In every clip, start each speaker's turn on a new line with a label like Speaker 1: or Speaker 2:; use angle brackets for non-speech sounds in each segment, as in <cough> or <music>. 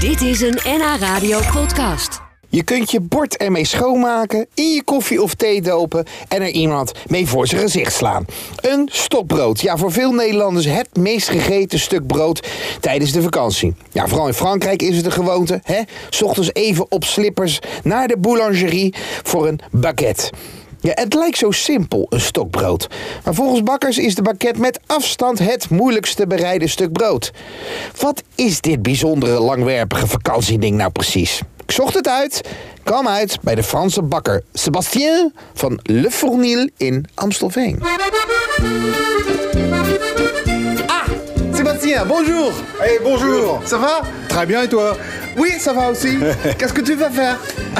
Speaker 1: Dit is een NH Radio podcast.
Speaker 2: Je kunt je bord ermee schoonmaken, in je koffie of thee dopen en er iemand mee voor zijn gezicht slaan. Een stokbrood. Ja, voor veel Nederlanders het meest gegeten stuk brood tijdens de vakantie. Ja, vooral in Frankrijk is het de gewoonte, hè? 's ochtends even op slippers naar de boulangerie voor een baguette. Ja, het lijkt zo simpel, een stokbrood. Maar volgens bakkers is de baket met afstand het moeilijkste bereide stuk brood. Wat is dit bijzondere langwerpige vakantieding nou precies? Ik zocht het uit, kwam uit bij de Franse bakker Sébastien van Le Fournil in Amstelveen.
Speaker 3: Sébastien, bonjour
Speaker 4: Hey, bonjour
Speaker 3: Ça va
Speaker 4: Très bien, et toi
Speaker 3: Oui, ça va
Speaker 4: <laughs>
Speaker 3: aussi. Qu'est-ce que tu vas faire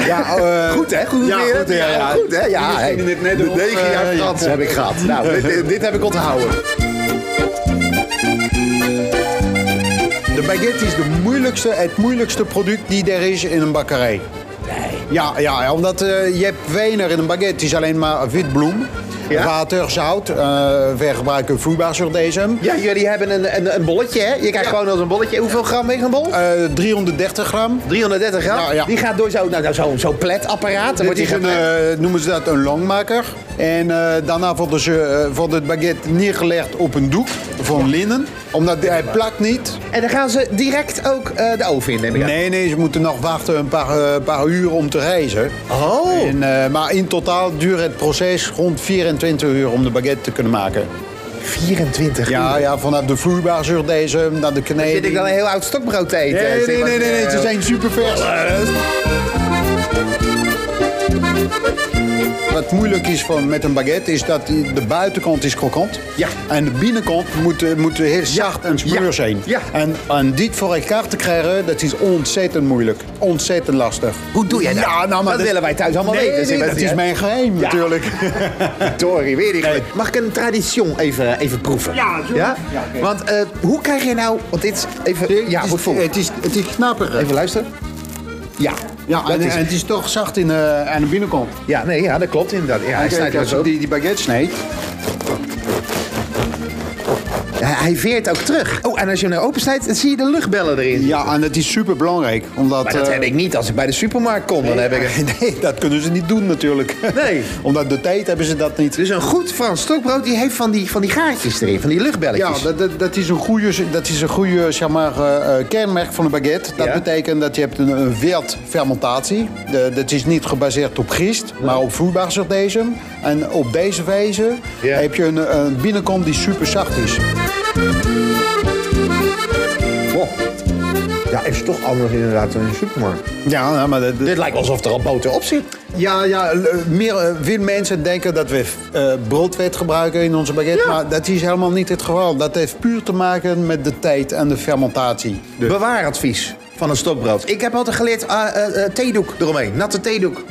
Speaker 4: Ja, eh,
Speaker 3: <laughs> Goed hè? Goed,
Speaker 4: ja,
Speaker 3: weer?
Speaker 4: goed, hè, ja.
Speaker 3: Goed hè? Ja,
Speaker 4: Misschien in het net
Speaker 3: de
Speaker 4: of,
Speaker 3: negen jaar
Speaker 4: eh,
Speaker 3: Frans
Speaker 4: ja.
Speaker 3: heb ik gehad.
Speaker 4: <laughs>
Speaker 3: Nou, dit- dit, dit heb ik onthouden.
Speaker 4: De baguette is de moeilijkste, het moeilijkste product die er is in een bakkerij. Nee. Ja, ja omdat eh, je hebt weinig in een baguette. Het is alleen maar witbloem,
Speaker 3: Ja?
Speaker 4: water, zout. eh we gebruiken vloeibaar sur deze.
Speaker 3: Ja, jullie hebben een, een, een bolletje hè? Je krijgt gewoon als een bolletje. Hoeveel gram weegt een bol?
Speaker 4: Eh, 330 gram.
Speaker 3: 330 gram.
Speaker 4: ja, ja.
Speaker 3: Die gaat door zo'n nou, nou, zo, zo pletapparaat. Dan
Speaker 4: Dit
Speaker 3: wordt die
Speaker 4: is een,
Speaker 3: geplet.
Speaker 4: eh, noemen ze dat een longmaker. En eh, daarna worden ze eh, wordt het baguette neergelegd op een doek van linnen. Omdat hij plakt niet.
Speaker 3: En dan gaan ze direct ook eh, de oven in, neem ik aan.
Speaker 4: Nee, nee, ze moeten nog wachten een paar, eh, paar uur om te reizen.
Speaker 3: Oh.
Speaker 4: En, eh, maar in totaal duurt het proces rond 24 uur om de baguette te kunnen maken.
Speaker 3: 24
Speaker 4: Ja,
Speaker 3: uur.
Speaker 4: ja vanaf de vloeibaar deze naar de kneden.
Speaker 3: Zit ik dan een heel eh, oud stokbrood te eten?
Speaker 4: Nee, nee, nee,
Speaker 3: Sébastien?
Speaker 4: nee, nee, nee, ze
Speaker 3: <laughs>
Speaker 4: zijn super vers.
Speaker 3: eh,
Speaker 4: Wat moeilijk is van, met een baguette is dat die- de buitenkant is krokant.
Speaker 3: Ja.
Speaker 4: En de binnenkant moet, eh, moet heel zacht en smeur
Speaker 3: Ja.
Speaker 4: zijn.
Speaker 3: Ja.
Speaker 4: En, en dit voor elkaar te krijgen, dat is ontzettend moeilijk. Ontzettend lastig.
Speaker 3: Hoe doe jij dat?
Speaker 4: Ja, nou, maar
Speaker 3: dat
Speaker 4: dit-
Speaker 3: willen wij thuis allemaal
Speaker 4: Nee,
Speaker 3: weten.
Speaker 4: nee, dat
Speaker 3: Sébastien.
Speaker 4: is mijn geheim <laughs> natuurlijk.
Speaker 3: Sorry, weer die
Speaker 4: Nee.
Speaker 3: Mag ik een tradition even, even proeven?
Speaker 4: Ja, natuurlijk. Ja, oké.
Speaker 3: Want eh, hoe krijg je nou... Want dit is even... Ja, goed vol.
Speaker 4: het is, het is knapperig.
Speaker 3: Even luisteren. Ja.
Speaker 4: Ja,
Speaker 3: dat
Speaker 4: en,
Speaker 3: is,
Speaker 4: en het is toch zacht in, eh, aan de binnenkant.
Speaker 3: ja, nee, ja, dat klopt inderdaad. Ja, hij
Speaker 4: Kijk,
Speaker 3: snijdt
Speaker 4: als
Speaker 3: het
Speaker 4: je
Speaker 3: ook.
Speaker 4: die, die baguette snijdt,
Speaker 3: Hij, hij veert ook terug. Oh, en als je hem nou opensnijdt, dan zie je de luchtbellen erin.
Speaker 4: Ja, en dat is super belangrijk. Omdat,
Speaker 3: Maar dat
Speaker 4: eh,
Speaker 3: heb ik niet. Als ik bij de supermarkt kom, dan heb ik...
Speaker 4: <laughs>
Speaker 3: het.
Speaker 4: Nee, dat kunnen ze niet doen natuurlijk.
Speaker 3: Nee.
Speaker 4: <laughs> omdat de tijd hebben ze dat niet.
Speaker 3: Dus een goed Frans stokbrood, die heeft van die, van die gaatjes erin. Van die luchtbelletjes.
Speaker 4: Ja, dat, dat, dat is een goede, dat is een goede zeg maar, eh, eh, kenmerk van een baguette. Dat
Speaker 3: Ja.
Speaker 4: betekent dat je hebt een, een wet fermentatie. De, dat is niet gebaseerd op gist, maar op vloeibaar zodesium. En op deze wijze
Speaker 3: Ja.
Speaker 4: heb je een, een binnenkant die super zacht is.
Speaker 3: Wow. Ja, is toch anders inderdaad dan in de supermarkt.
Speaker 4: Ja, nou, maar dat,
Speaker 3: Dit lijkt alsof er al boter op zit.
Speaker 4: Ja, ja l- meer, eh, veel mensen denken dat we eh, broodvet gebruiken in onze baguette. Maar dat is helemaal niet het geval. Dat heeft puur te maken met de tijd en de fermentatie.
Speaker 3: Bewaaradvies van een stokbrood. Ik heb altijd geleerd ah, eh, eh, theedoek eromheen. Natte theedoek.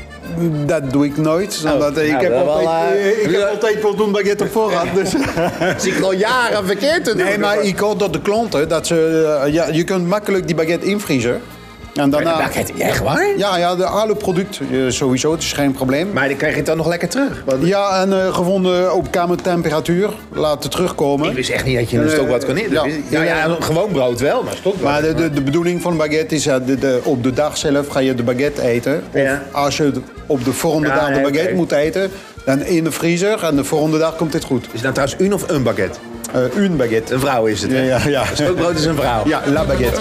Speaker 4: Dat doe ik nooit. omdat ik,
Speaker 3: nou,
Speaker 4: heb
Speaker 3: dat
Speaker 4: altijd,
Speaker 3: wel, eh,
Speaker 4: eh, ik heb altijd voldoende baguette op voorraad. Dus.
Speaker 3: <laughs> Zie ik al jaren verkeerd te doen.
Speaker 4: nee, maar ik hoor dat de klanten, dat ze, eh, ja, je kunt makkelijk die baguette invriezen. En daarna...
Speaker 3: Maar het- echt waar?
Speaker 4: Ah. Ja, ja, de alle product eh, sowieso, het is geen probleem.
Speaker 3: Maar dan krijg je het dan nog lekker terug. Want
Speaker 4: Ja, en eh, gevonden op kamertemperatuur. Laten terugkomen.
Speaker 3: ik wist echt niet dat je een stokbrood kon in.
Speaker 4: Ja.
Speaker 3: Dus- Ja, ja, een gewoon brood wel, maar stokbrood.
Speaker 4: Maar de, de, de bedoeling van een baguette is, ja, de, de- op de dag zelf ga je de baguette eten. Of
Speaker 3: Ja.
Speaker 4: als je op de volgende
Speaker 3: Ja,
Speaker 4: dag de
Speaker 3: nee,
Speaker 4: baguette
Speaker 3: oké.
Speaker 4: moet eten, dan in de vriezer en de volgende dag komt dit goed.
Speaker 3: Is het nou trouwens een of een baguette?
Speaker 4: Eh een baguette.
Speaker 3: Een vrouw is het, hè?
Speaker 4: Ja, ja, ja.
Speaker 3: Een Stokbrood is een vrouw.
Speaker 4: Ja, la baguette.